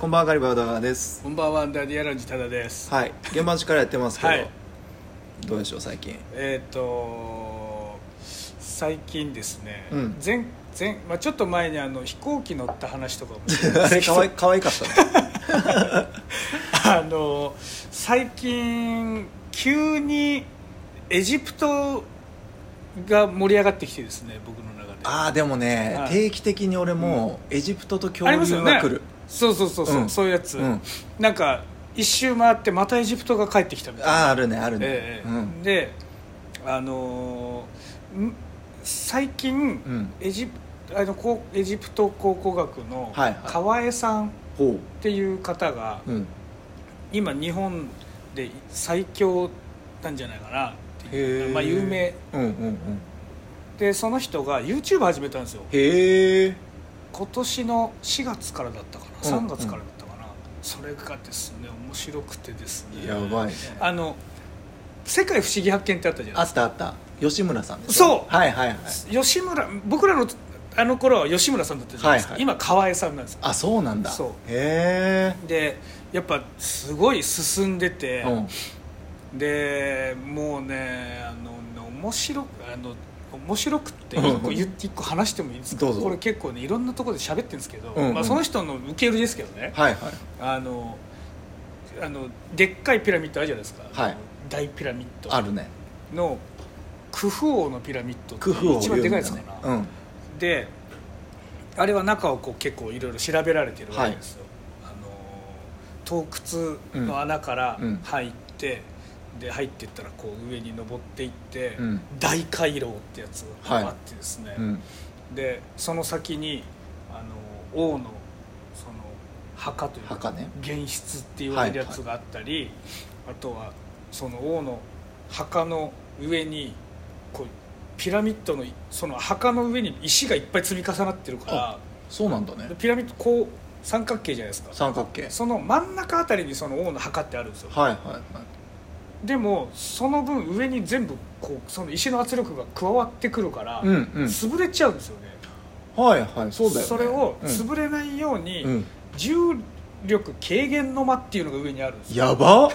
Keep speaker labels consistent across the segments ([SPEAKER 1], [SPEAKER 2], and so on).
[SPEAKER 1] こんばんはガリバーダーです
[SPEAKER 2] こんばんはダディアランジタダです
[SPEAKER 1] はい現場の力やってますけど、
[SPEAKER 2] はい
[SPEAKER 1] どうでしょう 最近
[SPEAKER 2] えっ、と最近ですね、
[SPEAKER 1] うん
[SPEAKER 2] 前前まあ、ちょっと前にあの飛行機乗った話 とかも
[SPEAKER 1] あれかわいかわいかった ね
[SPEAKER 2] あの最近急にエジプトが盛り上がってきてですね僕の中で
[SPEAKER 1] ああでもね、
[SPEAKER 2] はい
[SPEAKER 1] 定期的に俺もエジプトと恐
[SPEAKER 2] あり
[SPEAKER 1] 竜
[SPEAKER 2] ますよ
[SPEAKER 1] が
[SPEAKER 2] ね
[SPEAKER 1] 来る、
[SPEAKER 2] そうそうそうそう、
[SPEAKER 1] うん
[SPEAKER 2] そういうやつ、
[SPEAKER 1] うん
[SPEAKER 2] なんか一周回ってまたエジプトが帰ってきたみたいな
[SPEAKER 1] あああるねあるね、
[SPEAKER 2] ええ
[SPEAKER 1] うん
[SPEAKER 2] であのーん最
[SPEAKER 1] う
[SPEAKER 2] 近、
[SPEAKER 1] ん
[SPEAKER 2] エジあのこうエジプト考古学の
[SPEAKER 1] はいはい
[SPEAKER 2] 川江さんっ
[SPEAKER 1] ほ
[SPEAKER 2] ていう方が、
[SPEAKER 1] ううん
[SPEAKER 2] 今日本で最強なんじゃないかなっていう、
[SPEAKER 1] へえ
[SPEAKER 2] まあ、有名
[SPEAKER 1] うんうんうん
[SPEAKER 2] でその人が YouTube 始めたんですよ
[SPEAKER 1] へえ
[SPEAKER 2] 今年の4月からだったかな
[SPEAKER 1] うん
[SPEAKER 2] 3月からだったかな、それがですね面白くてですね
[SPEAKER 1] やばいね
[SPEAKER 2] あの「世界不思議発見」ってあったじゃないですか
[SPEAKER 1] あったあった吉村さんでしょ
[SPEAKER 2] そう
[SPEAKER 1] はいはいはい
[SPEAKER 2] 吉村僕らのあの頃は吉村さんだったじゃないですか、
[SPEAKER 1] はいはい
[SPEAKER 2] 今川江さんなんですよ
[SPEAKER 1] あそうなんだ
[SPEAKER 2] そう
[SPEAKER 1] へ
[SPEAKER 2] でやっぱすごい進んでて
[SPEAKER 1] え、、うん、
[SPEAKER 2] でもうねあの面白くあの面白くって
[SPEAKER 1] うんうん
[SPEAKER 2] 一個,、一個話してもいいですか
[SPEAKER 1] どうぞ
[SPEAKER 2] これ結構ねいろんなところで喋ってるんですけど、
[SPEAKER 1] うんうん
[SPEAKER 2] まあ、その人の受け売りですけどね、
[SPEAKER 1] はいはい
[SPEAKER 2] あのあのでっかいピラミッドあるじゃないですか、
[SPEAKER 1] はい
[SPEAKER 2] あの大ピラミッ
[SPEAKER 1] あ
[SPEAKER 2] ド
[SPEAKER 1] るね
[SPEAKER 2] のクフ王のピラミッド
[SPEAKER 1] 工夫を
[SPEAKER 2] って一番でかいですかな、
[SPEAKER 1] うんうん
[SPEAKER 2] であれは中をこう結構いろいろ調べられてるわけですよ、あのー洞窟の穴から
[SPEAKER 1] うん
[SPEAKER 2] 入って、で入ってったらこう上に登っていって、
[SPEAKER 1] うん
[SPEAKER 2] 大回廊ってやつ
[SPEAKER 1] はい
[SPEAKER 2] があってですね、でその先にあの王のその墓というか
[SPEAKER 1] 墓ね
[SPEAKER 2] 玄室って言われるやつがあったり、あとはその王の墓の上にこうピラミッドのその墓の上に石がいっぱい積み重なってるか
[SPEAKER 1] そうなんだ
[SPEAKER 2] ら
[SPEAKER 1] ね
[SPEAKER 2] でピラミッドこう三角形じゃないですか
[SPEAKER 1] 三角形
[SPEAKER 2] その真ん中あたりにその王の墓ってあるんですよ
[SPEAKER 1] はいはいはい
[SPEAKER 2] でもその分上に全部こうその石の圧力が加わってくるから、
[SPEAKER 1] うんうん
[SPEAKER 2] 潰れちゃうんですよね
[SPEAKER 1] はいはいそうだよ、ね、
[SPEAKER 2] れを
[SPEAKER 1] うん
[SPEAKER 2] 潰れないように、
[SPEAKER 1] うん
[SPEAKER 2] 重力軽減の間っていうのが上にあるんですよ
[SPEAKER 1] や ば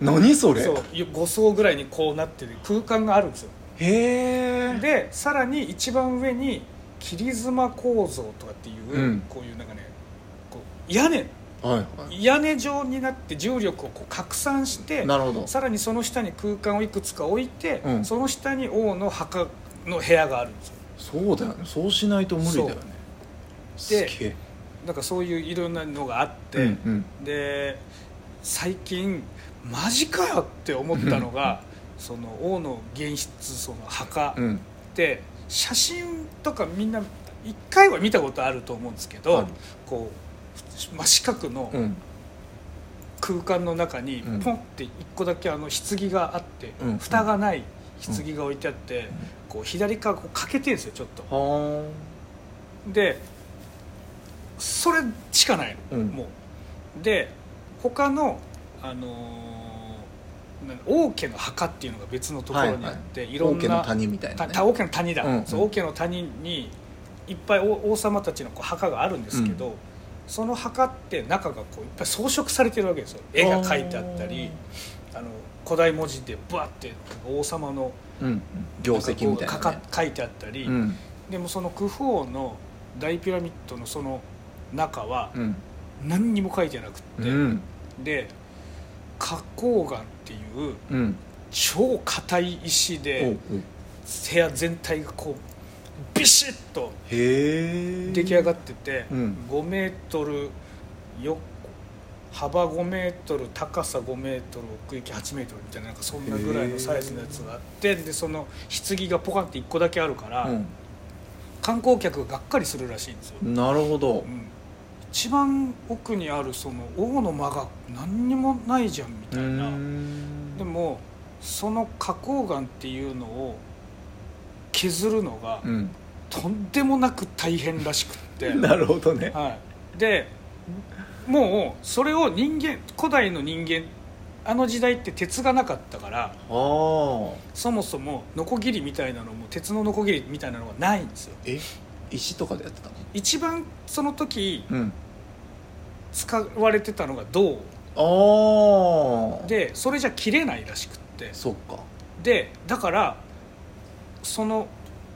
[SPEAKER 1] 何それ
[SPEAKER 2] そう5層ぐらいにこうなってて空間があるんですよ
[SPEAKER 1] へえ
[SPEAKER 2] でさらに一番上に霧妻構造とかっていう、
[SPEAKER 1] うん
[SPEAKER 2] こういうなんかねこう屋根
[SPEAKER 1] はいは
[SPEAKER 2] 屋根状になって重力をこう拡散して
[SPEAKER 1] いなるほど
[SPEAKER 2] さらにその下に空間をいくつか置いて、
[SPEAKER 1] うん
[SPEAKER 2] その下に王の墓の部屋があるんですよ
[SPEAKER 1] そうだよねそうしないと無理だよねす
[SPEAKER 2] そう
[SPEAKER 1] げえ
[SPEAKER 2] なんかそういういろんなのがあって、
[SPEAKER 1] うんうん
[SPEAKER 2] で最近マジかよって思ったのがその王の現室その墓
[SPEAKER 1] う
[SPEAKER 2] っ
[SPEAKER 1] ん
[SPEAKER 2] て写真とかみんな一回は見たことあると思うんですけど、
[SPEAKER 1] はい
[SPEAKER 2] こう真四角の
[SPEAKER 1] うん
[SPEAKER 2] 空間の中に
[SPEAKER 1] うん
[SPEAKER 2] ポンって一個だけあの棺があって、
[SPEAKER 1] うん
[SPEAKER 2] 蓋がない棺が置いてあって、こう左側こう欠けてるんですよちょっと。
[SPEAKER 1] は
[SPEAKER 2] でそれしかないの、
[SPEAKER 1] うん
[SPEAKER 2] もうで他の、あのーな王家の墓っていうのが別のところにあって、い
[SPEAKER 1] ーん
[SPEAKER 2] ろ
[SPEAKER 1] 王
[SPEAKER 2] ん
[SPEAKER 1] 家
[SPEAKER 2] な
[SPEAKER 1] の谷みたいな、ね、
[SPEAKER 2] た王家の谷だ、
[SPEAKER 1] うん
[SPEAKER 2] そう王家の谷にいっぱい王王様たちのこう墓があるんですけど、その墓って中がこういっぱい装飾されてるわけですよ絵が描いてあったりあの古代文字でバって王様の
[SPEAKER 1] うんうん業績みたいな、ね、
[SPEAKER 2] かか書いてあったり、
[SPEAKER 1] うん
[SPEAKER 2] でもそのクフ王の大ピラミッドのその中は
[SPEAKER 1] うん
[SPEAKER 2] 何にも書いてなくって、
[SPEAKER 1] うん
[SPEAKER 2] で花崗岩っていう
[SPEAKER 1] うん
[SPEAKER 2] 超硬い石
[SPEAKER 1] おうお
[SPEAKER 2] で
[SPEAKER 1] う
[SPEAKER 2] 部屋全体がこうビシッと
[SPEAKER 1] へえ
[SPEAKER 2] 出来上がってて、
[SPEAKER 1] うん
[SPEAKER 2] 5メートル横幅5メートル高さ5メートル奥行き8メートルみたいななんかそんなぐらいのサイズのやつがあってでその棺がポカンって1個だけあるから、観光客ががっかりするらしいんですよ。
[SPEAKER 1] うん、なるほど
[SPEAKER 2] うん一番奥にあるその王の間が何にもないじゃんみ
[SPEAKER 1] う
[SPEAKER 2] たいな
[SPEAKER 1] ん
[SPEAKER 2] でもその花崗岩っていうのを削るのが
[SPEAKER 1] うん
[SPEAKER 2] とんでもなく大変らしくって、
[SPEAKER 1] なるほどね
[SPEAKER 2] はい、でもうそれを人間古代の人間あの時代って鉄がなかったから
[SPEAKER 1] ああ
[SPEAKER 2] そもそもノコギリみたいなのも鉄のノコギリみたいなのがないんですよ
[SPEAKER 1] え石とかでやってたの
[SPEAKER 2] 一番その時
[SPEAKER 1] うん
[SPEAKER 2] 使われてたのが銅
[SPEAKER 1] ああ
[SPEAKER 2] でそれじゃ切れないらしくって
[SPEAKER 1] そっか
[SPEAKER 2] でだからその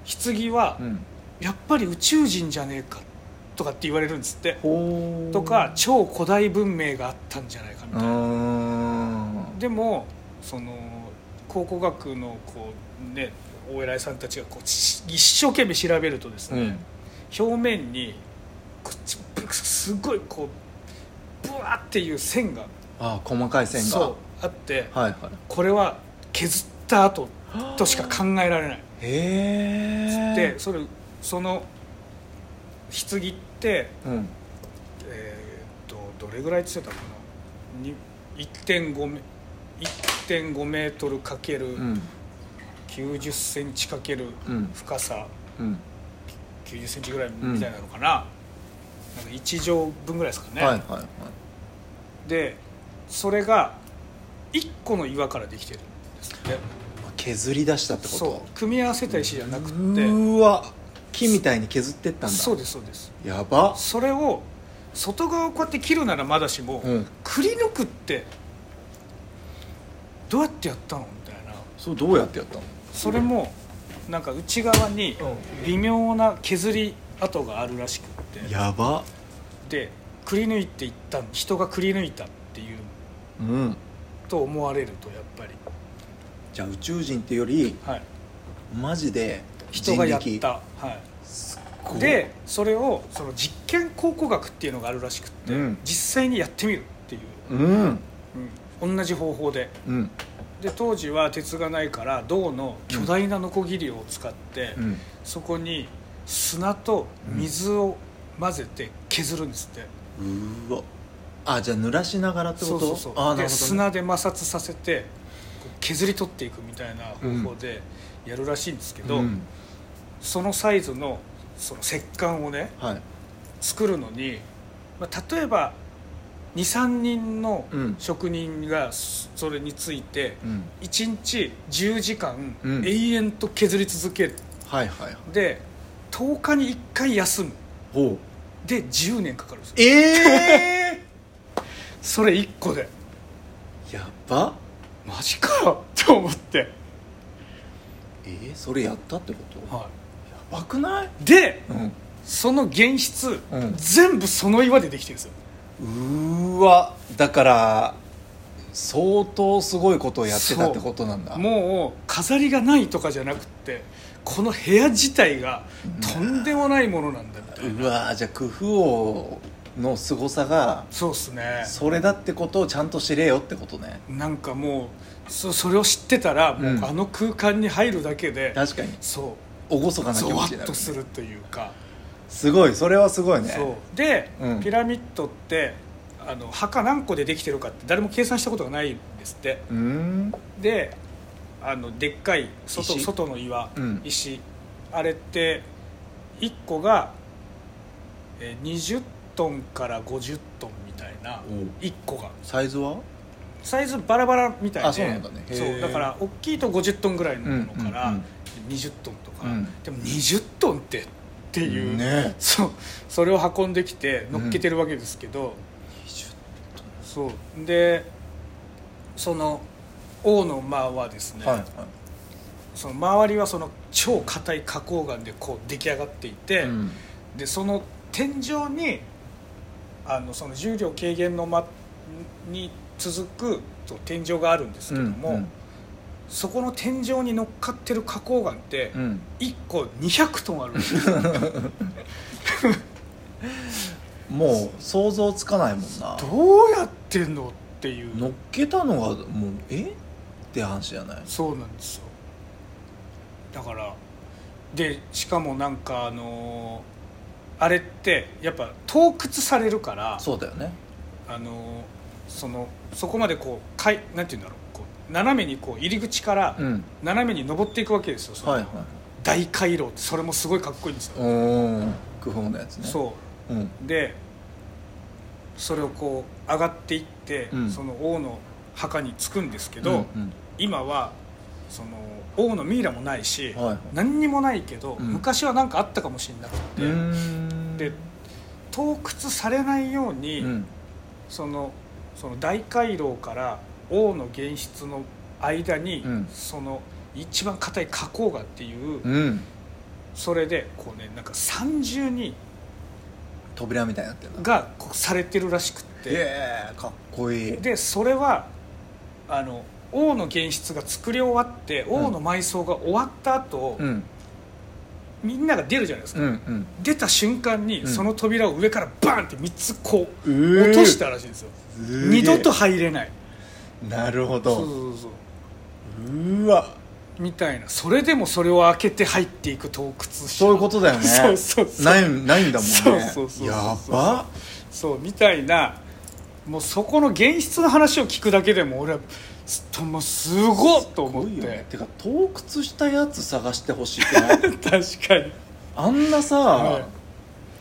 [SPEAKER 2] 棺は
[SPEAKER 1] うん
[SPEAKER 2] やっぱり宇宙人じゃねえかとかって言われるんですって
[SPEAKER 1] ほう
[SPEAKER 2] とか超古代文明があったんじゃないかみ
[SPEAKER 1] う
[SPEAKER 2] たいな。
[SPEAKER 1] ん
[SPEAKER 2] でもその考古学のこう、ね、お偉いさんたちがこうし一生懸命調べるとです
[SPEAKER 1] う
[SPEAKER 2] ね、
[SPEAKER 1] ん
[SPEAKER 2] 表面にこっちぶすごいこうブワーっていう線が
[SPEAKER 1] あー細かい線が
[SPEAKER 2] そうあって
[SPEAKER 1] はいはい
[SPEAKER 2] これは削った後としか考えられない
[SPEAKER 1] へえ
[SPEAKER 2] でそれその棺って、
[SPEAKER 1] うん
[SPEAKER 2] えーっとどれぐらいって言ってたかなに1.5メ1.5メートルかける、
[SPEAKER 1] うん
[SPEAKER 2] 9 0センチかける
[SPEAKER 1] うん
[SPEAKER 2] 深さ
[SPEAKER 1] うん
[SPEAKER 2] 9 0センチぐらいみたいなのかな,、なんか1畳分ぐらいですかね、
[SPEAKER 1] はいはいはい
[SPEAKER 2] でそれが1個の岩からできてるんですって
[SPEAKER 1] 削り出したってこと
[SPEAKER 2] そう組み合わせた石じゃなく
[SPEAKER 1] う
[SPEAKER 2] って
[SPEAKER 1] ーわ木みたいに削ってったんだ
[SPEAKER 2] そうですそうです
[SPEAKER 1] やば
[SPEAKER 2] それを外側をこうやって切るならまだしも、
[SPEAKER 1] うん
[SPEAKER 2] くり抜くってどうやってやったのみたいな
[SPEAKER 1] そうどうやってやったの
[SPEAKER 2] それもなんか内側に微妙な削り跡があるらしくって
[SPEAKER 1] やば
[SPEAKER 2] でくり抜いていったん人がくり抜いたっていう
[SPEAKER 1] うん
[SPEAKER 2] と思われるとやっぱり、
[SPEAKER 1] じゃあ宇宙人ってより
[SPEAKER 2] はい、
[SPEAKER 1] マジで
[SPEAKER 2] 人がやった、は
[SPEAKER 1] す
[SPEAKER 2] い、
[SPEAKER 1] ごい
[SPEAKER 2] でそれをその実験考古学っていうのがあるらしくって、
[SPEAKER 1] うん
[SPEAKER 2] 実際にやってみるっていう、
[SPEAKER 1] うん
[SPEAKER 2] うん同じ方法で
[SPEAKER 1] うん
[SPEAKER 2] で当時は鉄がないから銅の巨大なノコギリを使って、
[SPEAKER 1] うん
[SPEAKER 2] そこに砂と水を混ぜて削るんですって、
[SPEAKER 1] うーわあじゃあ濡らしながらってこ
[SPEAKER 2] そうそ
[SPEAKER 1] と
[SPEAKER 2] うそう
[SPEAKER 1] あーな
[SPEAKER 2] で
[SPEAKER 1] るほどね
[SPEAKER 2] 砂で摩擦させてこう削り取っていくみたいな方法でやるらしいんですけど、
[SPEAKER 1] うん
[SPEAKER 2] そのサイズのその石棺をね
[SPEAKER 1] はい
[SPEAKER 2] 作るのに、まあ、例えば23人の
[SPEAKER 1] うん
[SPEAKER 2] 職人がそそれについて
[SPEAKER 1] うん
[SPEAKER 2] 1日10時間
[SPEAKER 1] うん
[SPEAKER 2] 永遠と削り続ける、
[SPEAKER 1] はいはいはい
[SPEAKER 2] で10日に1回休む
[SPEAKER 1] ほう
[SPEAKER 2] で10年かかるんですよ
[SPEAKER 1] ええ
[SPEAKER 2] それ1個で
[SPEAKER 1] ー、やば
[SPEAKER 2] マジかよと思って、
[SPEAKER 1] えー、それやったってことや
[SPEAKER 2] は
[SPEAKER 1] ばくない
[SPEAKER 2] い、で
[SPEAKER 1] うん
[SPEAKER 2] その原質、
[SPEAKER 1] うん
[SPEAKER 2] 全部その岩でできてるんですよ
[SPEAKER 1] うーわだから相当すごいことをやってたってことなんだ
[SPEAKER 2] もう飾りがないとかじゃなくってこの部屋自体がとんでもないものなんだみたいな、
[SPEAKER 1] うわじゃあ工夫王の凄さが
[SPEAKER 2] そうっすね
[SPEAKER 1] それだってことをちゃんと知れよってことね
[SPEAKER 2] なんかもうそそれを知ってたらもう
[SPEAKER 1] うん
[SPEAKER 2] あの空間に入るだけで、
[SPEAKER 1] 確かに
[SPEAKER 2] そ
[SPEAKER 1] 厳か
[SPEAKER 2] う
[SPEAKER 1] な気
[SPEAKER 2] ゾワ
[SPEAKER 1] 持ちに
[SPEAKER 2] ッ
[SPEAKER 1] なる
[SPEAKER 2] とするというか、
[SPEAKER 1] すごいそれはすごいね
[SPEAKER 2] そうで、
[SPEAKER 1] うん
[SPEAKER 2] ピラミッドってあの墓何個でできてるかって誰も計算したことがないんですって
[SPEAKER 1] うーん
[SPEAKER 2] であのでっかい外
[SPEAKER 1] 石
[SPEAKER 2] 外の岩、
[SPEAKER 1] うん
[SPEAKER 2] 石あれって1個がえー20トンから50トンみたいな
[SPEAKER 1] おう
[SPEAKER 2] 1個が
[SPEAKER 1] サイズは
[SPEAKER 2] サイズバラバラみたいで
[SPEAKER 1] あそうなんだねへー
[SPEAKER 2] そうだから大きいと50トンぐらいのものか
[SPEAKER 1] うん
[SPEAKER 2] ら
[SPEAKER 1] うん
[SPEAKER 2] 20トンとか、
[SPEAKER 1] うん
[SPEAKER 2] でも20トンってっていう、
[SPEAKER 1] ね
[SPEAKER 2] そうそれを運んできて乗っけてるわけですけど、そうでその王の間はですね、
[SPEAKER 1] はいはい
[SPEAKER 2] その周りはその超硬い花崗岩でこう出来上がっていて、
[SPEAKER 1] うん
[SPEAKER 2] でその天井にあのその重量軽減の間に続くと天井があるんですけども、
[SPEAKER 1] うん
[SPEAKER 2] そこの天井に乗っかってる花崗岩って
[SPEAKER 1] うん
[SPEAKER 2] 1個200トンあるんですよ
[SPEAKER 1] もう想像つかないもんな
[SPEAKER 2] どうやってんのっていう
[SPEAKER 1] 乗っけたのがもうえって話じゃない
[SPEAKER 2] そうなんですよだからでしかもなんかあのーあれってやっぱ盗掘されるから
[SPEAKER 1] そうだよね
[SPEAKER 2] あのそのそこまでこうかいなんて言うんだろうこう斜めにこう入り口から
[SPEAKER 1] うん
[SPEAKER 2] 斜めに登っていくわけですよ、その
[SPEAKER 1] はいはい
[SPEAKER 2] 大回廊ってそれもすごいかっこいいんですよ、
[SPEAKER 1] うん工夫のやつね
[SPEAKER 2] そ
[SPEAKER 1] うん
[SPEAKER 2] うでそれをこう上がっていって、
[SPEAKER 1] うん
[SPEAKER 2] その王の墓に着くんですけど、
[SPEAKER 1] うん
[SPEAKER 2] 今はその王のミイラもないし、
[SPEAKER 1] はいはい
[SPEAKER 2] 何にもないけど、
[SPEAKER 1] うん
[SPEAKER 2] 昔は何かあったかもしれなくて、
[SPEAKER 1] うん
[SPEAKER 2] で盗掘されないように、
[SPEAKER 1] うん
[SPEAKER 2] そのその大回廊から王の玄室の間に、
[SPEAKER 1] うん
[SPEAKER 2] その一番硬い花崗岩っていう、
[SPEAKER 1] うん
[SPEAKER 2] それでこうねなんか三重に
[SPEAKER 1] 扉みたいになってるな
[SPEAKER 2] がこうされてるらしくって
[SPEAKER 1] ええかっこいい
[SPEAKER 2] でそれはあの王の玄室が作り終わって王の埋葬が終わった後、
[SPEAKER 1] うん
[SPEAKER 2] みんなが出るじゃないですか、
[SPEAKER 1] うん
[SPEAKER 2] 出た瞬間に、
[SPEAKER 1] うん
[SPEAKER 2] その扉を上からバーンって3つこう
[SPEAKER 1] うん
[SPEAKER 2] 落としたらしいんですよ、
[SPEAKER 1] すげえ
[SPEAKER 2] 二度と入れない
[SPEAKER 1] なるほ
[SPEAKER 2] そうそう
[SPEAKER 1] ど
[SPEAKER 2] そうそう
[SPEAKER 1] うわ
[SPEAKER 2] みたいなそれでもそれを開けて入っていく洞窟
[SPEAKER 1] そういうことだよね
[SPEAKER 2] そうそうそう
[SPEAKER 1] ないないんだもんね
[SPEAKER 2] そうそうそう
[SPEAKER 1] やば
[SPEAKER 2] そうみたいなもうそこの現実の話を聞くだけでも俺はすともうすごっと
[SPEAKER 1] す
[SPEAKER 2] 思
[SPEAKER 1] ご
[SPEAKER 2] っ
[SPEAKER 1] い
[SPEAKER 2] て、
[SPEAKER 1] よねてか洞窟したやつ探してほしいってね
[SPEAKER 2] 確かに
[SPEAKER 1] あんなさ、
[SPEAKER 2] はい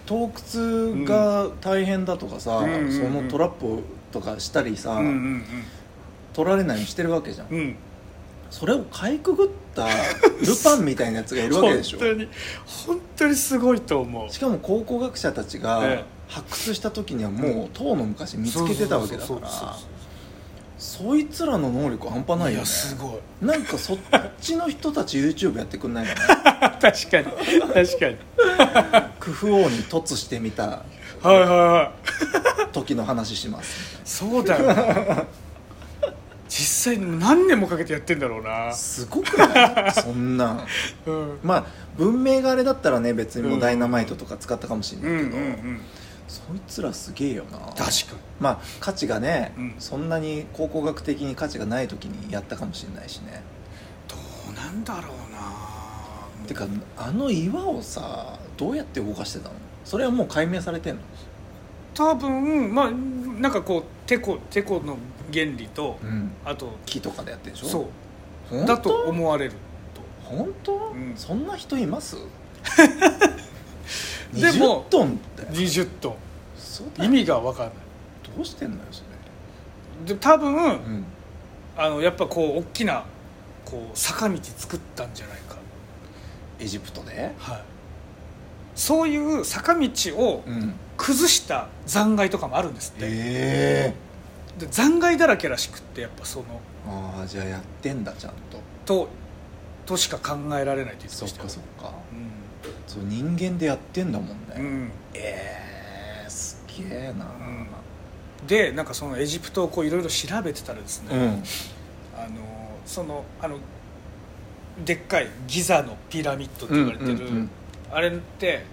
[SPEAKER 1] 洞窟が大変だとかさ、
[SPEAKER 2] うんうんうんうん
[SPEAKER 1] そのトラップとかしたりさ、
[SPEAKER 2] うん
[SPEAKER 1] 取られないようにしてるわけじゃん、
[SPEAKER 2] うんうんうん
[SPEAKER 1] それをかいくぐったルパンみたいなやつがいるわけでしょ
[SPEAKER 2] 本当に本当にすごいと思う
[SPEAKER 1] しかも考古学者たち
[SPEAKER 2] え
[SPEAKER 1] が
[SPEAKER 2] え
[SPEAKER 1] 発掘した時にはもう唐の昔見つけてたわけだか
[SPEAKER 2] そうそうそう
[SPEAKER 1] ら
[SPEAKER 2] そう
[SPEAKER 1] そいつらの能力半端ないよ
[SPEAKER 2] い
[SPEAKER 1] ね
[SPEAKER 2] やすごい
[SPEAKER 1] なんかそっちの人たち YouTube やってくんないかな
[SPEAKER 2] 確かに確かに
[SPEAKER 1] クフ王に突してみた
[SPEAKER 2] はいはいはい
[SPEAKER 1] 時の話します
[SPEAKER 2] そうだよな 実際何年もかけてやってんだろうな、
[SPEAKER 1] すごくないそんなん
[SPEAKER 2] うん、
[SPEAKER 1] まあ文明があれだったらね別にもううんダイナマイトとか使ったかもしれ
[SPEAKER 2] うんう
[SPEAKER 1] ない
[SPEAKER 2] ん
[SPEAKER 1] け
[SPEAKER 2] う
[SPEAKER 1] ど、
[SPEAKER 2] ん
[SPEAKER 1] そいつらすげえよな
[SPEAKER 2] 確か
[SPEAKER 1] まあ価値がね、
[SPEAKER 2] うん
[SPEAKER 1] そんなに考古学的に価値がない時にやったかもしれないしね
[SPEAKER 2] どうなんだろうな
[SPEAKER 1] てかあの岩をさどうやって動かしてたのそれはもう解明されてんの
[SPEAKER 2] 多分まあなんかこうテコテコの原理と、
[SPEAKER 1] ん
[SPEAKER 2] あと
[SPEAKER 1] 木とかでやってるでしょ
[SPEAKER 2] そう
[SPEAKER 1] 本当
[SPEAKER 2] だと思われる
[SPEAKER 1] 本当、
[SPEAKER 2] うん
[SPEAKER 1] そんな人います
[SPEAKER 2] でも
[SPEAKER 1] 20トンって
[SPEAKER 2] と20ト
[SPEAKER 1] 嘘
[SPEAKER 2] ン
[SPEAKER 1] だ
[SPEAKER 2] 意味が分かんな
[SPEAKER 1] どうしてんのよそ
[SPEAKER 2] いで多分、
[SPEAKER 1] れうん
[SPEAKER 2] あのやっぱこう大きなこう坂道作ったんじゃないか
[SPEAKER 1] エジプトで
[SPEAKER 2] はいそういう坂道を
[SPEAKER 1] うん
[SPEAKER 2] 崩した残骸とかもあるんですって、
[SPEAKER 1] ええ
[SPEAKER 2] で残骸だらけらしくってやっぱその
[SPEAKER 1] ああじゃあやってんだちゃんと
[SPEAKER 2] ととしか考えられないと言って
[SPEAKER 1] そっ
[SPEAKER 2] ました
[SPEAKER 1] か
[SPEAKER 2] よ
[SPEAKER 1] そっか
[SPEAKER 2] う
[SPEAKER 1] そう人間でやってんだもんね、
[SPEAKER 2] ん、うん
[SPEAKER 1] ええすげえな
[SPEAKER 2] うん、でなんかそのエジプトをこういろいろ調べてたらですね、
[SPEAKER 1] ん
[SPEAKER 2] あのそのあのでっかいギザのピラミッドって言われてる、
[SPEAKER 1] うん
[SPEAKER 2] あれって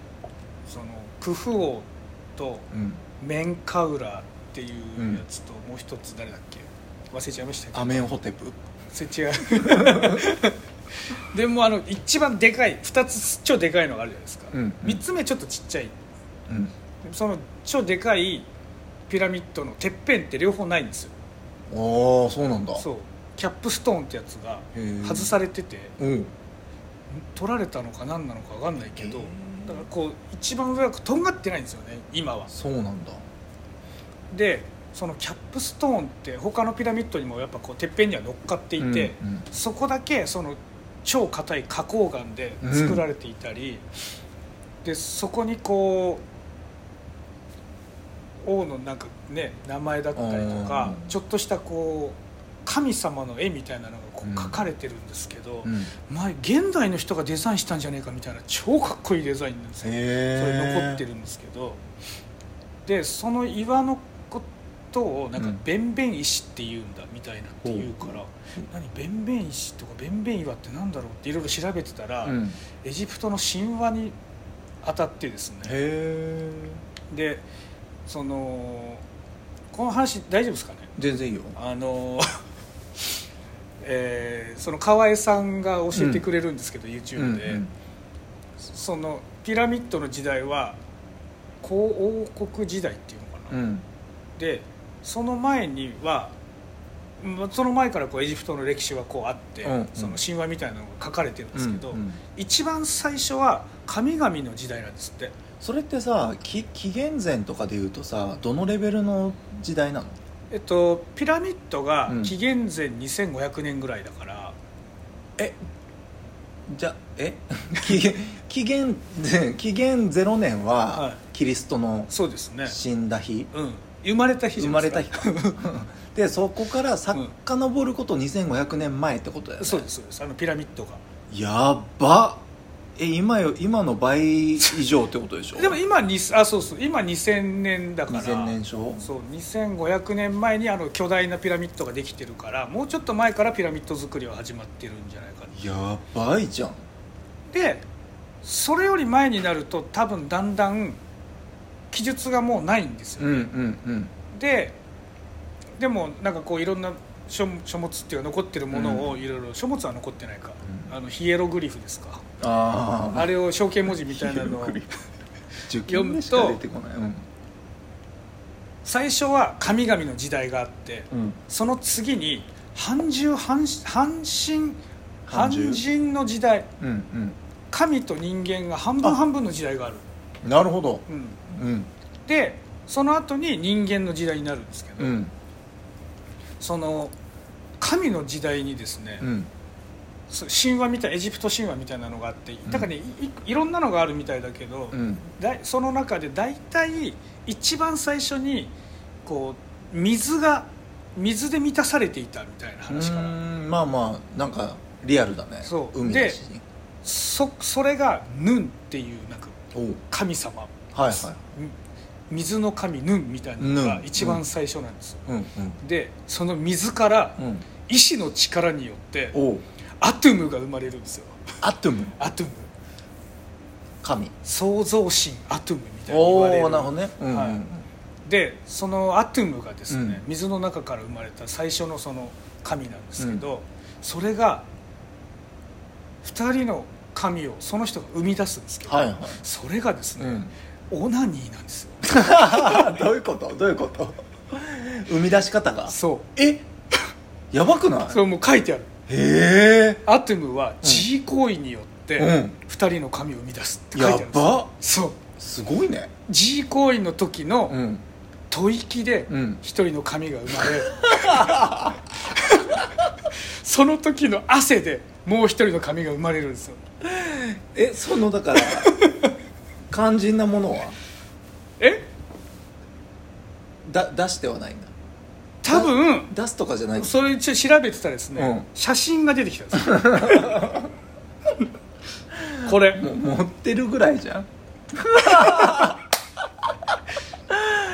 [SPEAKER 2] そのクフ王と
[SPEAKER 1] うん
[SPEAKER 2] メンカウラーっていうやつと、もう一つ誰だっけ忘れちゃいましたけど
[SPEAKER 1] アメンホテプ
[SPEAKER 2] それ違う でもあの一番でかい2つ超でかいのがあるじゃないですか、
[SPEAKER 1] うんうん
[SPEAKER 2] 3つ目ちょっとちっちゃい
[SPEAKER 1] うん
[SPEAKER 2] その超でかいピラミッドのてっぺんって両方ないんですよ
[SPEAKER 1] ああそうなんだ
[SPEAKER 2] そうキャップストーンってやつが
[SPEAKER 1] へー
[SPEAKER 2] 外されてて
[SPEAKER 1] うん
[SPEAKER 2] 取られたのか何なのか分かんないけど
[SPEAKER 1] へー
[SPEAKER 2] だからこう一番上はとんがってないんですよね今は
[SPEAKER 1] そうなんだ
[SPEAKER 2] でそのキャップストーンって他のピラミッドにもやっぱこうてっぺんには乗っかっていて、
[SPEAKER 1] うんうん
[SPEAKER 2] そこだけその超硬い花崗岩で作られていたり、でそこにこう王のなんかね名前だったりとか
[SPEAKER 1] うん
[SPEAKER 2] ちょっとしたこう神様の絵みたいなのがこ
[SPEAKER 1] うん
[SPEAKER 2] う描かれてるんですけど、
[SPEAKER 1] うん
[SPEAKER 2] 前現代の人がデザインしたんじゃねえかみたいな超かっこいいデザインなんですよそれ
[SPEAKER 1] へえ
[SPEAKER 2] 残ってるんですけどでその岩のことをなんか
[SPEAKER 1] うん
[SPEAKER 2] 「べんべん石」って言うんだみたいなって言うから「何べんべん石」とか「べんべん岩」ってなんだろうっていろいろ調べてたら、
[SPEAKER 1] うんへ
[SPEAKER 2] エジプトの神話に当たってですね
[SPEAKER 1] え
[SPEAKER 2] でそのこの話大丈夫ですかね
[SPEAKER 1] 全然いいよ
[SPEAKER 2] あの えーその河江さんが教えてくれるんですけど、YouTube で、
[SPEAKER 1] うん
[SPEAKER 2] そのピラミッドの時代は古王国時代っていうのか
[SPEAKER 1] う
[SPEAKER 2] な、
[SPEAKER 1] ん
[SPEAKER 2] でその前にはまその前からこうエジプトの歴史はこうあって、
[SPEAKER 1] うんうん
[SPEAKER 2] その神話みたいなのが書かれてるんですけど、
[SPEAKER 1] うんうん
[SPEAKER 2] 一番最初は神々の時代なんですって
[SPEAKER 1] それってさき紀元前とかでいうとさどのレベルの時代なの
[SPEAKER 2] えっとピラミッドが
[SPEAKER 1] うん
[SPEAKER 2] 紀元前2500年ぐらいだから、
[SPEAKER 1] じゃえ 紀元紀元前紀元0年
[SPEAKER 2] は
[SPEAKER 1] はいキリストの
[SPEAKER 2] そうですね
[SPEAKER 1] 死んだ日
[SPEAKER 2] うん生まれた日じ
[SPEAKER 1] 生ま
[SPEAKER 2] ゃない
[SPEAKER 1] れ
[SPEAKER 2] です
[SPEAKER 1] た
[SPEAKER 2] か
[SPEAKER 1] 日か でそこから遡ること2500年前ってことだよね、
[SPEAKER 2] そうですそうですあのピラミッドが
[SPEAKER 1] やっばえ今よ今の倍以上ってことでしょ
[SPEAKER 2] でも今にあそうそう今2000年だから
[SPEAKER 1] 2000年でしょ
[SPEAKER 2] そう2500年前にあの巨大なピラミッドができてるからもうちょっと前からピラミッド作りは始まってるんじゃないかな
[SPEAKER 1] やばいじゃん
[SPEAKER 2] でそれより前になると多分だんだん記述がもうないんですよ、
[SPEAKER 1] うんうん
[SPEAKER 2] ででもなんかこういろんな書書物っていうか残ってるものをいろいろ書物は残ってないか、
[SPEAKER 1] うん
[SPEAKER 2] あのヒエログリフですか
[SPEAKER 1] ああ
[SPEAKER 2] あれを象形文字みたいなのを
[SPEAKER 1] 受験でしか出てこないうん
[SPEAKER 2] 最初は神々の時代があって
[SPEAKER 1] うん
[SPEAKER 2] その次に半獣半半神
[SPEAKER 1] 半
[SPEAKER 2] 半
[SPEAKER 1] 獣
[SPEAKER 2] 人の時代
[SPEAKER 1] うん
[SPEAKER 2] 神と人間が半分半分の時代がある
[SPEAKER 1] うんなるほど
[SPEAKER 2] うん、
[SPEAKER 1] うん
[SPEAKER 2] でその後に人間の時代になるんですけど、
[SPEAKER 1] うん
[SPEAKER 2] その神の時代にですね、
[SPEAKER 1] うん
[SPEAKER 2] そう神話みたいエジプト神話みたいなのがあってだからね、いいいろんなのがあるみたいだけど、
[SPEAKER 1] うん
[SPEAKER 2] だいその中で大体一番最初にこう水が水で満たされていたみたいな話から、
[SPEAKER 1] うんまあまあなんかリアルだね
[SPEAKER 2] そう
[SPEAKER 1] 海だし
[SPEAKER 2] そそれがヌンっていうなんか
[SPEAKER 1] おう
[SPEAKER 2] 神様
[SPEAKER 1] はいは
[SPEAKER 2] み水の神ヌンみたいなのが一番最初なんですよ、
[SPEAKER 1] いうん
[SPEAKER 2] でその水から
[SPEAKER 1] うんうん
[SPEAKER 2] 意志の力によって
[SPEAKER 1] おう
[SPEAKER 2] アトゥムが生まれるんですよ
[SPEAKER 1] アトム
[SPEAKER 2] アトゥム
[SPEAKER 1] 神
[SPEAKER 2] 創造神アトゥムみたいに言
[SPEAKER 1] おお
[SPEAKER 2] わ
[SPEAKER 1] ー
[SPEAKER 2] れる
[SPEAKER 1] なるほどねうんうん
[SPEAKER 2] はいでそのアトゥムがですね、
[SPEAKER 1] うん
[SPEAKER 2] 水の中から生まれた最初のその神なんですけど、それが2人の神をその人が生み出すんですけど、
[SPEAKER 1] はいはい
[SPEAKER 2] それがです
[SPEAKER 1] う
[SPEAKER 2] ね、
[SPEAKER 1] ん
[SPEAKER 2] オナニーなんですよ
[SPEAKER 1] どういうことどういうこと 生み出し方が
[SPEAKER 2] そ
[SPEAKER 1] えやばくないう
[SPEAKER 2] それもう書いてある
[SPEAKER 1] へ
[SPEAKER 2] アトゥムは自慰行為によって
[SPEAKER 1] うん
[SPEAKER 2] 2人の神を生み出すって
[SPEAKER 1] え
[SPEAKER 2] 書いてあ
[SPEAKER 1] や
[SPEAKER 2] るんですよ、
[SPEAKER 1] ば
[SPEAKER 2] そう
[SPEAKER 1] すごいね
[SPEAKER 2] 自慰行為の時の、
[SPEAKER 1] うん
[SPEAKER 2] 吐息で
[SPEAKER 1] うん
[SPEAKER 2] 一人の神が生まれ、 その時の汗でもう一人の神が生まれるんですよ
[SPEAKER 1] えそのだから 肝心なものは
[SPEAKER 2] え
[SPEAKER 1] だ出してはないんだ
[SPEAKER 2] 多分
[SPEAKER 1] 出すとかじゃない
[SPEAKER 2] それ一応調べてたらですね、
[SPEAKER 1] うん
[SPEAKER 2] 写真が出てきた んですよこれ
[SPEAKER 1] もう持ってるぐらいじゃん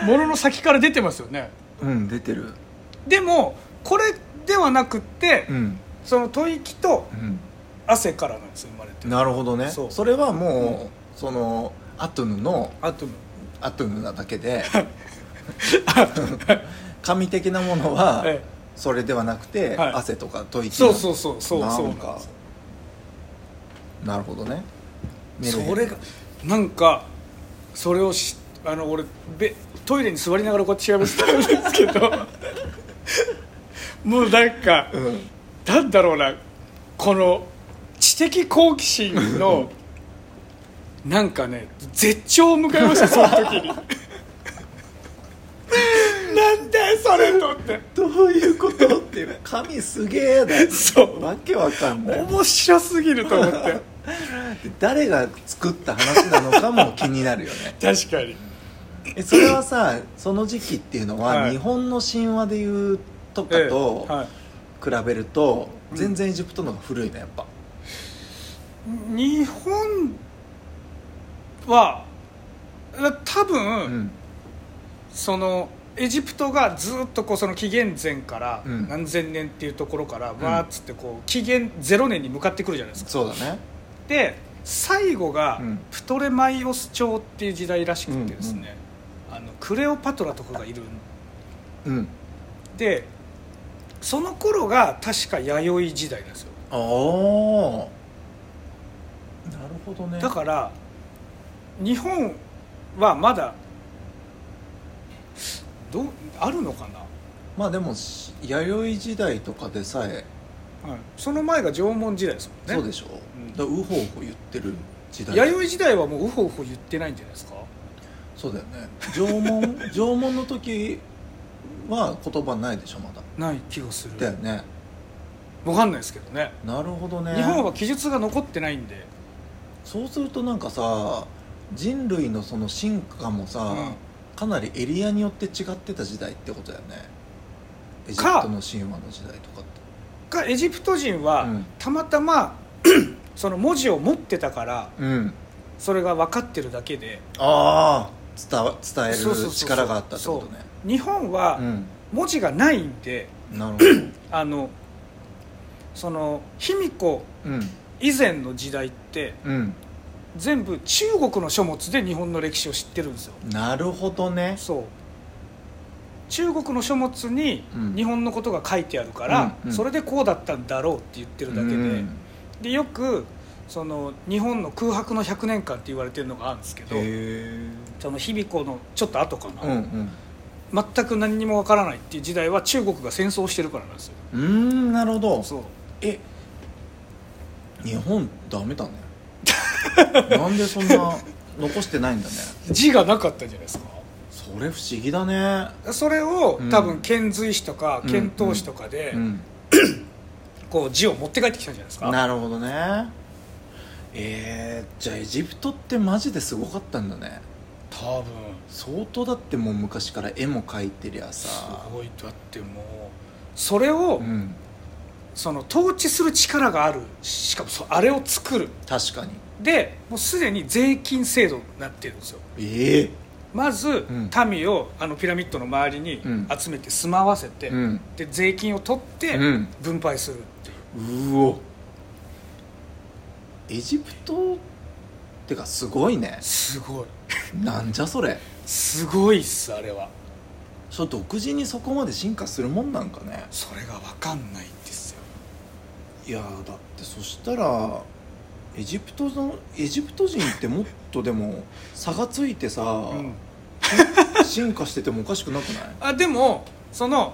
[SPEAKER 2] 物の先から出てますよね
[SPEAKER 1] うん出てる
[SPEAKER 2] でもこれではなくって、
[SPEAKER 1] うん、
[SPEAKER 2] その吐息と
[SPEAKER 1] う
[SPEAKER 2] 汗からなんですよ生まれて
[SPEAKER 1] ん、なるほどね
[SPEAKER 2] そ
[SPEAKER 1] そうれはもう、そのアトムの
[SPEAKER 2] アトム
[SPEAKER 1] アトムなだけ で 神的なものは、
[SPEAKER 2] ええ
[SPEAKER 1] それではなくて、
[SPEAKER 2] はい
[SPEAKER 1] 汗とか吐息
[SPEAKER 2] そ
[SPEAKER 1] の
[SPEAKER 2] うそうそうそう
[SPEAKER 1] な
[SPEAKER 2] そうなんん
[SPEAKER 1] か
[SPEAKER 2] ですよ
[SPEAKER 1] なるほどねメルヘン
[SPEAKER 2] それがなんかそれをしあの俺べトイレに座りながらこうやって調べてたんですけど もうなんか
[SPEAKER 1] うん
[SPEAKER 2] なんだろうなこの知的好奇心のなんかね絶頂を迎えましたその 時になんだよそれとって
[SPEAKER 1] どういうことっていう 神すげえだよ
[SPEAKER 2] そう
[SPEAKER 1] わけわかんない
[SPEAKER 2] 面白すぎると思って
[SPEAKER 1] 誰が作った話なのかも気になるよね
[SPEAKER 2] 確かに
[SPEAKER 1] えそれはさその時期っていうのは、
[SPEAKER 2] はい
[SPEAKER 1] 日本の神話でいうとか
[SPEAKER 2] ええ
[SPEAKER 1] と
[SPEAKER 2] はい
[SPEAKER 1] 比べると、全然エジプトの方が古いねやっぱ
[SPEAKER 2] 日本は多分、
[SPEAKER 1] うん
[SPEAKER 2] そのエジプトがずっとこうその紀元前から
[SPEAKER 1] うん
[SPEAKER 2] 何千年っていうところから
[SPEAKER 1] ん
[SPEAKER 2] わーっつってこう紀元0年に向かってくるじゃないですか
[SPEAKER 1] そうだね
[SPEAKER 2] で最後が
[SPEAKER 1] うん
[SPEAKER 2] プトレマイオス朝っていう時代らしくてですね、あのクレオパトラとかがいるん
[SPEAKER 1] うん
[SPEAKER 2] でその頃が確か弥生時代なんですよ
[SPEAKER 1] ああーなるほどね
[SPEAKER 2] だから日本はまだどうあるのかな、
[SPEAKER 1] まあでもし弥生時代とかでさえ
[SPEAKER 2] はい、その前が縄文時代ですもんね
[SPEAKER 1] そうでしょ、
[SPEAKER 2] ん
[SPEAKER 1] だからウホウホ言ってる時代
[SPEAKER 2] 弥生時代はもうウホウホ言ってないんじゃないですか
[SPEAKER 1] そうだよね縄文縄文の時は言葉ないでしょまだ
[SPEAKER 2] ない気がする
[SPEAKER 1] だよね
[SPEAKER 2] わかんないですけどね
[SPEAKER 1] なるほどね
[SPEAKER 2] 日本は記述が残ってないんで
[SPEAKER 1] そうするとなんかさ人類のその進化もさ、
[SPEAKER 2] うん
[SPEAKER 1] かなりエリアによって違ってた時代ってことだよねエジプトの神話の時代とかって
[SPEAKER 2] かエジプト人は、
[SPEAKER 1] うん
[SPEAKER 2] たまたま その文字を持ってたから
[SPEAKER 1] うん
[SPEAKER 2] それが分かってるだけで
[SPEAKER 1] ああ伝わ伝え
[SPEAKER 2] そうそうそ
[SPEAKER 1] る
[SPEAKER 2] うそう
[SPEAKER 1] 力があったってことね
[SPEAKER 2] 日本は
[SPEAKER 1] う
[SPEAKER 2] 文字がないんで、
[SPEAKER 1] んなるほど
[SPEAKER 2] あのその卑弥呼
[SPEAKER 1] うん
[SPEAKER 2] 以前の時代って
[SPEAKER 1] うん
[SPEAKER 2] 全部中国の書物で日本の歴史を知ってるんですよ
[SPEAKER 1] なるほどね
[SPEAKER 2] そう中国の書物に
[SPEAKER 1] うん
[SPEAKER 2] 日本のことが書いてあるから、
[SPEAKER 1] うんうん
[SPEAKER 2] それでこうだったんだろうって言ってるだけで、
[SPEAKER 1] うん
[SPEAKER 2] でよくその日本の空白の100年間って言われてるのがあるんですけど
[SPEAKER 1] へ
[SPEAKER 2] その卑弥呼のちょっと後か
[SPEAKER 1] えうん
[SPEAKER 2] な、全く何にもわからないっていう時代は中国が戦争してるからなんですよ
[SPEAKER 1] うんうーんなるほど
[SPEAKER 2] そう
[SPEAKER 1] え日本ダメ だねなんでそんな残してないんだね
[SPEAKER 2] 字がなかったじゃないですか
[SPEAKER 1] それ不思議だね
[SPEAKER 2] それを
[SPEAKER 1] うん
[SPEAKER 2] 多分遣隋使とか
[SPEAKER 1] うん
[SPEAKER 2] 遣唐使とかで
[SPEAKER 1] うん
[SPEAKER 2] こう字を持って帰ってきたんじゃないですか、
[SPEAKER 1] なるほどねえー、じゃあエジプトってマジですごかったんだね
[SPEAKER 2] 多分
[SPEAKER 1] 相当だってもう昔から絵も描いてりゃ
[SPEAKER 2] す
[SPEAKER 1] さ
[SPEAKER 2] ごいだってもうそれを、
[SPEAKER 1] うん
[SPEAKER 2] その統治する力があるしかもそうあれを作る
[SPEAKER 1] 確かに
[SPEAKER 2] でもうすでに税金制度になってるんですよ
[SPEAKER 1] ええ
[SPEAKER 2] まず、
[SPEAKER 1] うん
[SPEAKER 2] 民をあのピラミッドの周りに
[SPEAKER 1] うん
[SPEAKER 2] 集めて住まわせて、
[SPEAKER 1] うん
[SPEAKER 2] で税金を取って
[SPEAKER 1] うん
[SPEAKER 2] 分配するっていう、
[SPEAKER 1] うおエジプトってかすごいね
[SPEAKER 2] すごい
[SPEAKER 1] なんじゃそれ
[SPEAKER 2] すごいっすあれは
[SPEAKER 1] そう独自にそこまで進化するもんなんかね
[SPEAKER 2] それが分かんないんですよ
[SPEAKER 1] いやーだってそしたらエジプトのエジプト人ってもっとでも差がついてさ、
[SPEAKER 2] うん
[SPEAKER 1] 進化しててもおかしくなくない
[SPEAKER 2] あでもその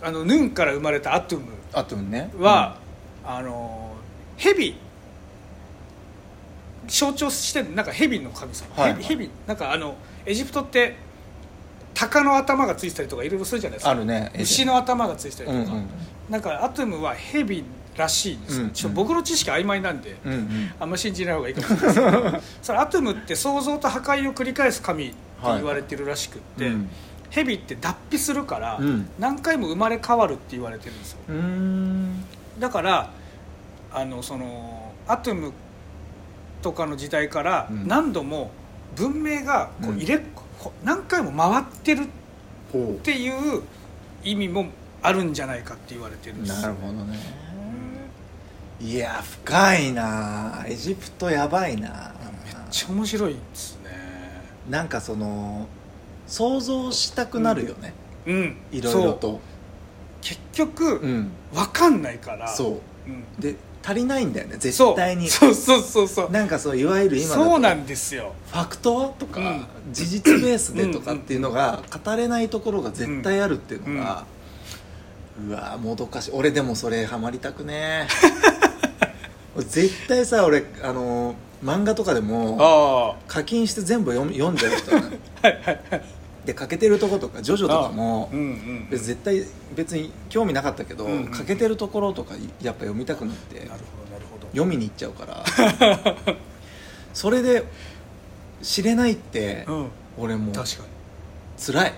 [SPEAKER 2] あのヌンから生まれたアトゥム
[SPEAKER 1] あとね
[SPEAKER 2] は、あの蛇象徴してるなんか蛇の神様、
[SPEAKER 1] はい
[SPEAKER 2] 蛇蛇なんかあのエジプトって鷹の頭がついてたりとかいろいろするじゃないですか
[SPEAKER 1] あるね
[SPEAKER 2] 牛の頭がついてた
[SPEAKER 1] うんうん
[SPEAKER 2] りとか、なんかアトムは蛇らしいんですよ、
[SPEAKER 1] うんうん
[SPEAKER 2] ちょっと僕の知識曖昧なんで、
[SPEAKER 1] うんうん
[SPEAKER 2] あんま信じない方がいいかもしれないですけ どそれアトムって創造と破壊を繰り返す神って言われてるらしくって、
[SPEAKER 1] うん
[SPEAKER 2] 蛇って脱皮するから、
[SPEAKER 1] うん
[SPEAKER 2] 何回も生まれ変わるって言われてるんですよ
[SPEAKER 1] うーん
[SPEAKER 2] だからあのそのアトムとかの時代から
[SPEAKER 1] うん
[SPEAKER 2] 何度も文明がこう入れ、こう何回も回ってるっ
[SPEAKER 1] ほ
[SPEAKER 2] ていう意味もあるんじゃないかって言われてるん
[SPEAKER 1] う
[SPEAKER 2] ですよ
[SPEAKER 1] なるほどね
[SPEAKER 2] うん
[SPEAKER 1] いや深いなエジプトやばいな
[SPEAKER 2] めっちゃ面白いですね
[SPEAKER 1] なんかその想像したくなるよね、
[SPEAKER 2] うん
[SPEAKER 1] いろいろ
[SPEAKER 2] そう
[SPEAKER 1] と
[SPEAKER 2] 結局、
[SPEAKER 1] ん
[SPEAKER 2] わかんないから、
[SPEAKER 1] そう
[SPEAKER 2] ん、
[SPEAKER 1] うで足りないんだよね
[SPEAKER 2] そう
[SPEAKER 1] 絶対に
[SPEAKER 2] そうそうそうそう
[SPEAKER 1] なんかそういわゆる今だと
[SPEAKER 2] そうなんですよ
[SPEAKER 1] ファクトはとか、
[SPEAKER 2] うん
[SPEAKER 1] 事実ベースでとかっていうのが語れないところが絶対あるっていうのが、うわーもどかしい俺でもそれハマりたく ね絶対さ俺あのー漫画とかでも
[SPEAKER 2] あ
[SPEAKER 1] 課金して全部読み読んじゃう人なの で欠けてるとことかジョジョとかも
[SPEAKER 2] うんうん
[SPEAKER 1] 別に絶対別に興味なかったけど、
[SPEAKER 2] うんうん
[SPEAKER 1] 欠けてるところとかやっぱ読みたくなって
[SPEAKER 2] なるほどなるほど
[SPEAKER 1] 読みに行っちゃうから それで知れないって、
[SPEAKER 2] うん
[SPEAKER 1] 俺もう
[SPEAKER 2] 確か
[SPEAKER 1] 辛い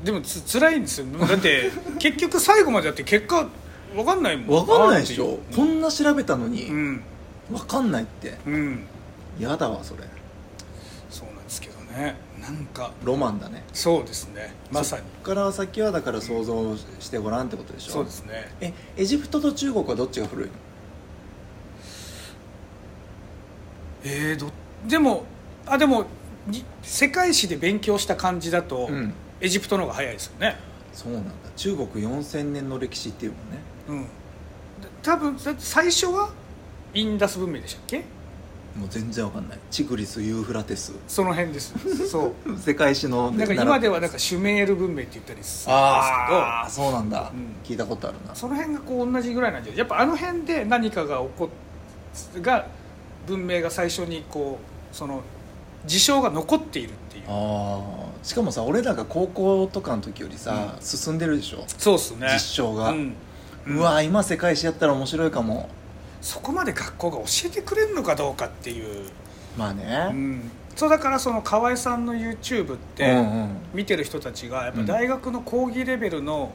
[SPEAKER 2] にでもつ辛いんですよだって 結局最後までやって結果わかんないもん
[SPEAKER 1] 分かんないでし
[SPEAKER 2] あ
[SPEAKER 1] ょ
[SPEAKER 2] ーって
[SPEAKER 1] こんな調べたのに
[SPEAKER 2] いううん
[SPEAKER 1] 分かんないって
[SPEAKER 2] うん
[SPEAKER 1] やだわそれ
[SPEAKER 2] そうなんですけどねなんか
[SPEAKER 1] ロマンだね
[SPEAKER 2] そうですねまさに
[SPEAKER 1] そっから先はだから想像してごらんってことでしょ
[SPEAKER 2] そうですね
[SPEAKER 1] えエジプトと中国はどっちが古いの
[SPEAKER 2] えー、どでもあでもに世界史で勉強した感じだと、
[SPEAKER 1] うん
[SPEAKER 2] エジプトの方が早いですよね
[SPEAKER 1] そうなんだ中国4000年の歴史っていうもんね
[SPEAKER 2] うんで多分だって最初はインダス文明でしたっけ
[SPEAKER 1] もう全然分かんないチグリスユーフラテス
[SPEAKER 2] その辺ですそ
[SPEAKER 1] 世界史の
[SPEAKER 2] うだから今ではなんかシュメール文明って言ったりするん
[SPEAKER 1] ああ
[SPEAKER 2] で
[SPEAKER 1] そうなんだ、
[SPEAKER 2] うん
[SPEAKER 1] 聞いたことあるな
[SPEAKER 2] すけどその辺がこう同じぐらいなんじゃないやっぱあの辺で何かが起こっが文明が最初にこうその事象が残っているっていう
[SPEAKER 1] ああしかもさ俺らが高校とかの時よりさ、進んでるでしょ
[SPEAKER 2] そうっすね
[SPEAKER 1] 実証が
[SPEAKER 2] うん、
[SPEAKER 1] うわー今世界史やったら面白いかも
[SPEAKER 2] そこまで学校が教えてくれるのかどうかっていう、
[SPEAKER 1] まあね、
[SPEAKER 2] うん、そうだからその河合さんの YouTube って、
[SPEAKER 1] うんうん
[SPEAKER 2] 見てる人たちがやっぱ大学の講義レベルの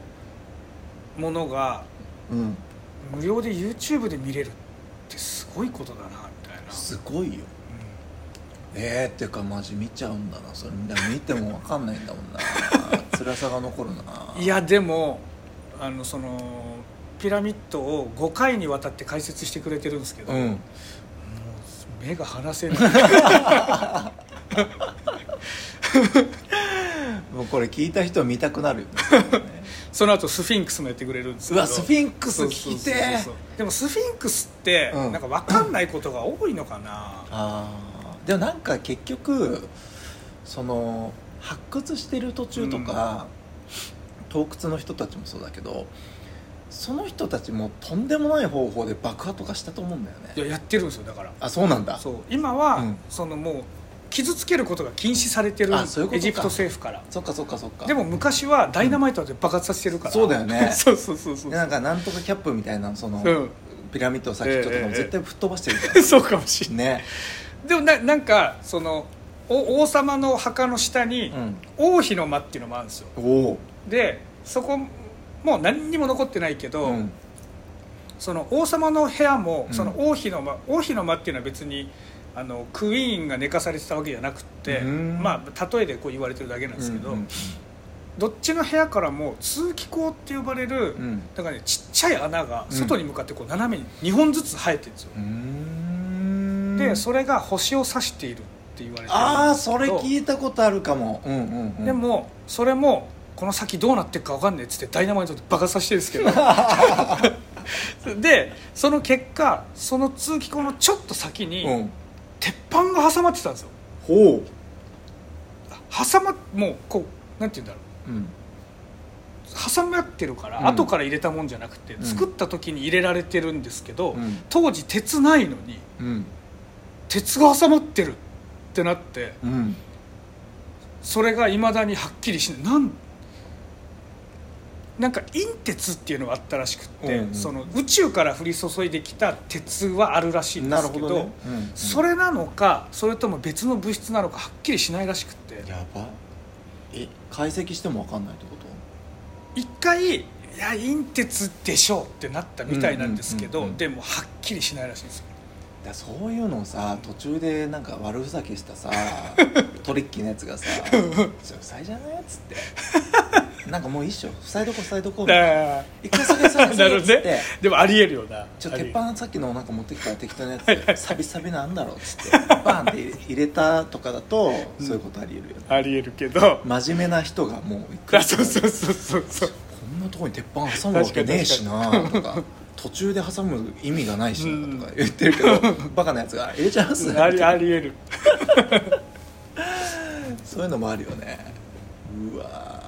[SPEAKER 2] ものが
[SPEAKER 1] うん
[SPEAKER 2] 無料で YouTube で見れるってすごいことだなみたいな、
[SPEAKER 1] すごいよえー、っていうかマジ見ちゃうんだなそれでも見ても分かんないんだも んな辛さが残るな
[SPEAKER 2] うんいやでもあのそのピラミッドを5回にわたって解説してくれてるんですけど、
[SPEAKER 1] う
[SPEAKER 2] もうん目が離せない
[SPEAKER 1] もうこれ聞いた人は見たくなるよね
[SPEAKER 2] その後スフィンクスもやってくれるんですけ
[SPEAKER 1] う
[SPEAKER 2] ど
[SPEAKER 1] わスフィンクス聞きて
[SPEAKER 2] そうそうそう
[SPEAKER 1] ー
[SPEAKER 2] そうでもスフィンクスって
[SPEAKER 1] うん
[SPEAKER 2] なんか分かんないことが多いのかな、
[SPEAKER 1] あーでもなんか結局その発掘してる途中とか、洞窟の人たちもそうだけどその人たちもとんでもない方法で爆破とかしたと思うんだよ
[SPEAKER 2] い
[SPEAKER 1] ね
[SPEAKER 2] ややってるんですよだから
[SPEAKER 1] あそうなんだ
[SPEAKER 2] そう今は、
[SPEAKER 1] うん
[SPEAKER 2] そのもう傷つけることが禁止されてる
[SPEAKER 1] あそういうこと
[SPEAKER 2] エ
[SPEAKER 1] か
[SPEAKER 2] ジプト政府から
[SPEAKER 1] そっかそっかそっか
[SPEAKER 2] でも昔はダイナマイトで爆発させてるから、
[SPEAKER 1] そうだよね
[SPEAKER 2] そうそうそうそう
[SPEAKER 1] でなんかなんとかキャップみたいなその、
[SPEAKER 2] う
[SPEAKER 1] ピラミッドの先っちょとかも
[SPEAKER 2] ええ
[SPEAKER 1] 絶対吹っ飛ばしてるじゃん、
[SPEAKER 2] ん そうかもしれな
[SPEAKER 1] ね、
[SPEAKER 2] いでもななんかそのお王様の墓の下に、王妃の間っていうのもあるんですよ
[SPEAKER 1] うん、おお、
[SPEAKER 2] でそこもう何にも残ってないけど、
[SPEAKER 1] うん
[SPEAKER 2] その王様の部屋も
[SPEAKER 1] うん
[SPEAKER 2] その王妃の間、王妃の間っていうのは別にあのクイーンが寝かされてたわけじゃなくって、
[SPEAKER 1] うん
[SPEAKER 2] まあ、例えでこう言われてるだけなんですけど、
[SPEAKER 1] うん
[SPEAKER 2] どっちの部屋からも通気口って呼ばれる、
[SPEAKER 1] うん
[SPEAKER 2] だからねちっちゃい穴が外に向かってこう斜めに2本ずつ生えてるんですよ、
[SPEAKER 1] うん
[SPEAKER 2] でそれが星を指しているって言われてるんですけど
[SPEAKER 1] ああそれ聞いたことあるかも、うんうんうん、
[SPEAKER 2] でもそれもこの先どうなっていくか分かんないっつってダイナマイトで爆発させてるんですけ ど でその結果その通気口のちょっと先に、
[SPEAKER 1] うん
[SPEAKER 2] 鉄板が挟まってたんですよ
[SPEAKER 1] ほ
[SPEAKER 2] 挟まもうこうなんて言うんだろう
[SPEAKER 1] う、うん、
[SPEAKER 2] 挟まってるから、
[SPEAKER 1] うん
[SPEAKER 2] 後から入れたもんじゃなくて、
[SPEAKER 1] うん
[SPEAKER 2] 作った時に入れられてるんですけど、
[SPEAKER 1] うん
[SPEAKER 2] 当時鉄ないのに
[SPEAKER 1] うん
[SPEAKER 2] 鉄が挟まってるってなって
[SPEAKER 1] うん
[SPEAKER 2] それがいまだにはっきりしないなんなんか陰鉄っていうのがあったらしくって、
[SPEAKER 1] うんうん
[SPEAKER 2] その宇宙から降り注いできた鉄はあるらしいんで
[SPEAKER 1] なる
[SPEAKER 2] す
[SPEAKER 1] ほ
[SPEAKER 2] け
[SPEAKER 1] ど
[SPEAKER 2] ど、
[SPEAKER 1] ね、うんうん
[SPEAKER 2] それなのかそれとも別の物質なのかはっきりしないらしくって
[SPEAKER 1] やばえ解析しても分かんないってこと
[SPEAKER 2] 一回いや陰鉄でしょうってなったみたいなんですけど、
[SPEAKER 1] うんうんうんうん
[SPEAKER 2] でもはっきりしないらしいんですよ
[SPEAKER 1] だそういうのをさ途中でなんか悪ふざけした さトリッキーなやつがさ「それ塞いじゃない?」っ つってなんかもう一緒塞いどこ塞いどこみたいな
[SPEAKER 2] だ
[SPEAKER 1] 一回下げ下げ下
[SPEAKER 2] な
[SPEAKER 1] げ
[SPEAKER 2] る
[SPEAKER 1] っ
[SPEAKER 2] ほ
[SPEAKER 1] つ
[SPEAKER 2] ど
[SPEAKER 1] っ
[SPEAKER 2] ね
[SPEAKER 1] て
[SPEAKER 2] でもありえるよな
[SPEAKER 1] ちょっと鉄
[SPEAKER 2] ありえる
[SPEAKER 1] 板さっきのなんか持ってきた適当なやつサビサビなんだろうっつってバンって入れたとかだとそういうことありえるよね
[SPEAKER 2] ありえるけど
[SPEAKER 1] 真面目な人がもう一
[SPEAKER 2] あ
[SPEAKER 1] 回
[SPEAKER 2] そうそうそうそうそう
[SPEAKER 1] こんなとこに鉄板挟むわけねえしなとか途中で挟む意味がないしなとか言ってるけど バカなやつが入れちゃいます
[SPEAKER 2] ありありえる
[SPEAKER 1] そういうのもあるよねうわー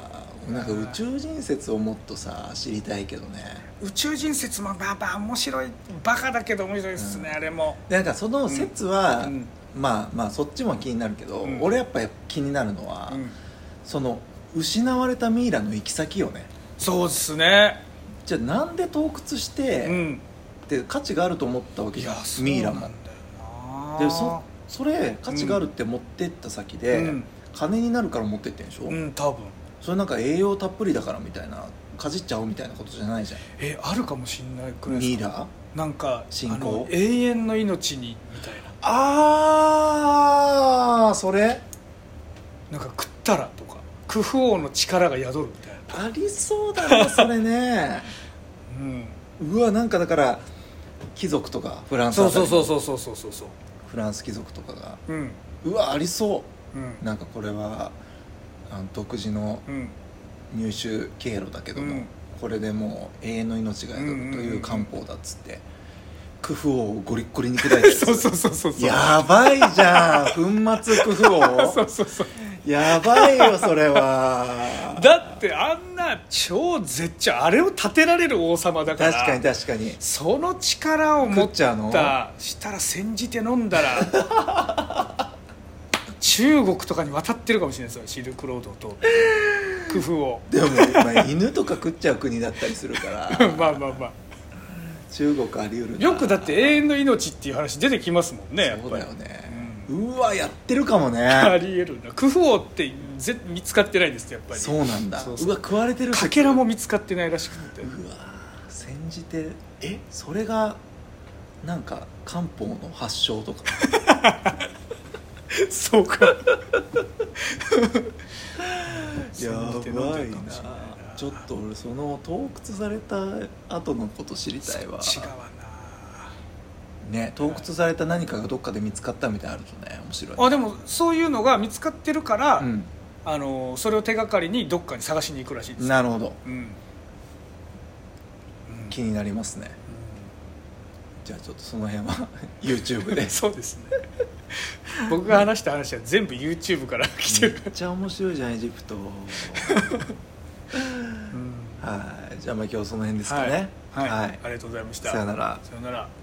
[SPEAKER 1] なんか宇宙人説をもっとさ知りたいけどね
[SPEAKER 2] 宇宙人説もまあまあ面白いバカだけど面白いですね、あれも
[SPEAKER 1] でなんかその説は、
[SPEAKER 2] うん
[SPEAKER 1] まあまあそっちも気になるけど、
[SPEAKER 2] うん
[SPEAKER 1] 俺やっぱ気になるのは、
[SPEAKER 2] うん
[SPEAKER 1] その失われたミイラの行き先よね
[SPEAKER 2] そうですね
[SPEAKER 1] じゃあなんで洞窟して、
[SPEAKER 2] うん
[SPEAKER 1] って価値があると思ったわけ
[SPEAKER 2] い
[SPEAKER 1] じ
[SPEAKER 2] や
[SPEAKER 1] ゃん
[SPEAKER 2] そう
[SPEAKER 1] ミイラ
[SPEAKER 2] な
[SPEAKER 1] も
[SPEAKER 2] んだよな
[SPEAKER 1] でそそれ価値があるって持ってった先で、
[SPEAKER 2] うん
[SPEAKER 1] 金になるから持ってってんでしょ、
[SPEAKER 2] うん多分
[SPEAKER 1] それなんか栄養たっぷりだからみたいなかじっちゃおうみたいなことじゃないじゃ
[SPEAKER 2] えあるかもしんないくら
[SPEAKER 1] ん
[SPEAKER 2] い
[SPEAKER 1] ミ
[SPEAKER 2] で
[SPEAKER 1] イ
[SPEAKER 2] すか
[SPEAKER 1] ラ
[SPEAKER 2] なんか
[SPEAKER 1] 信仰
[SPEAKER 2] あの永遠の命にみたい
[SPEAKER 1] ああそれ
[SPEAKER 2] ななんか食ったらとかクフ王の力が宿るみたいな
[SPEAKER 1] ありそうだ なそれね
[SPEAKER 2] うん
[SPEAKER 1] うわなんかだから貴族とかフランスあ
[SPEAKER 2] そ
[SPEAKER 1] た
[SPEAKER 2] う
[SPEAKER 1] りの
[SPEAKER 2] そうそうそうそうそうそうそう
[SPEAKER 1] フランス貴族とかが
[SPEAKER 2] うん
[SPEAKER 1] うわありそううんなんかこれはあの独自の
[SPEAKER 2] うん
[SPEAKER 1] 入手経路だけども、
[SPEAKER 2] うん
[SPEAKER 1] これでもう永遠の命が宿るという漢方だっつってクフ王をゴリッゴリに砕いて
[SPEAKER 2] そうそうそうそうそう
[SPEAKER 1] やばいじ ゃん粉末クフ
[SPEAKER 2] そ
[SPEAKER 1] 王
[SPEAKER 2] うそうそう
[SPEAKER 1] やばいよそれは
[SPEAKER 2] だってあんな超絶頂あれを立てられる王様だから
[SPEAKER 1] 確かに確かに
[SPEAKER 2] その力を持
[SPEAKER 1] 食っ
[SPEAKER 2] っ
[SPEAKER 1] ちゃうの
[SPEAKER 2] たしたら煎じて飲んだら中国とかに渡ってるかもしれないですよシルクロードと工夫を
[SPEAKER 1] でも、まあ、犬とか食っちゃう国だったりするから
[SPEAKER 2] まあまあまあ
[SPEAKER 1] 中国あり得るな
[SPEAKER 2] よくだって永遠の命っていう話出てきますもんねやっ
[SPEAKER 1] そう
[SPEAKER 2] ぱ
[SPEAKER 1] だ
[SPEAKER 2] り
[SPEAKER 1] よね、
[SPEAKER 2] う
[SPEAKER 1] うわやってるかも
[SPEAKER 2] あ
[SPEAKER 1] ね
[SPEAKER 2] りえるなクフ王ってぜ見つかってないんですってやっぱり
[SPEAKER 1] そうなんだ
[SPEAKER 2] そううそう
[SPEAKER 1] わ食われてる
[SPEAKER 2] かけらも見つかってないらしくて
[SPEAKER 1] うわ煎じてえそれがなんか漢方の発祥 とか
[SPEAKER 2] そう か
[SPEAKER 1] や
[SPEAKER 2] 信じて飲ん
[SPEAKER 1] ば
[SPEAKER 2] で
[SPEAKER 1] い
[SPEAKER 2] る
[SPEAKER 1] な
[SPEAKER 2] かもしれないな
[SPEAKER 1] ちょっと俺その洞窟された後のこと知りたいわ
[SPEAKER 2] そっち側な
[SPEAKER 1] ね洞窟された何かがどっかで見つかったみたいなのあるとね面白いね
[SPEAKER 2] あでもそういうのが見つかってるから、
[SPEAKER 1] うん
[SPEAKER 2] あのそれを手がかりにどっかに探しに行くらしいですよ
[SPEAKER 1] なるほど
[SPEAKER 2] うん、うん
[SPEAKER 1] 気になりますねじゃあちょっとその辺は YouTube で
[SPEAKER 2] うん そうですね僕が話した話は全部 YouTube から来て
[SPEAKER 1] め
[SPEAKER 2] る、
[SPEAKER 1] っちゃ面白いじゃんエジプトはいじゃあまあ今日その辺ですかね
[SPEAKER 2] はい、はい
[SPEAKER 1] は
[SPEAKER 2] ありがとうございました
[SPEAKER 1] さよなら
[SPEAKER 2] さよなら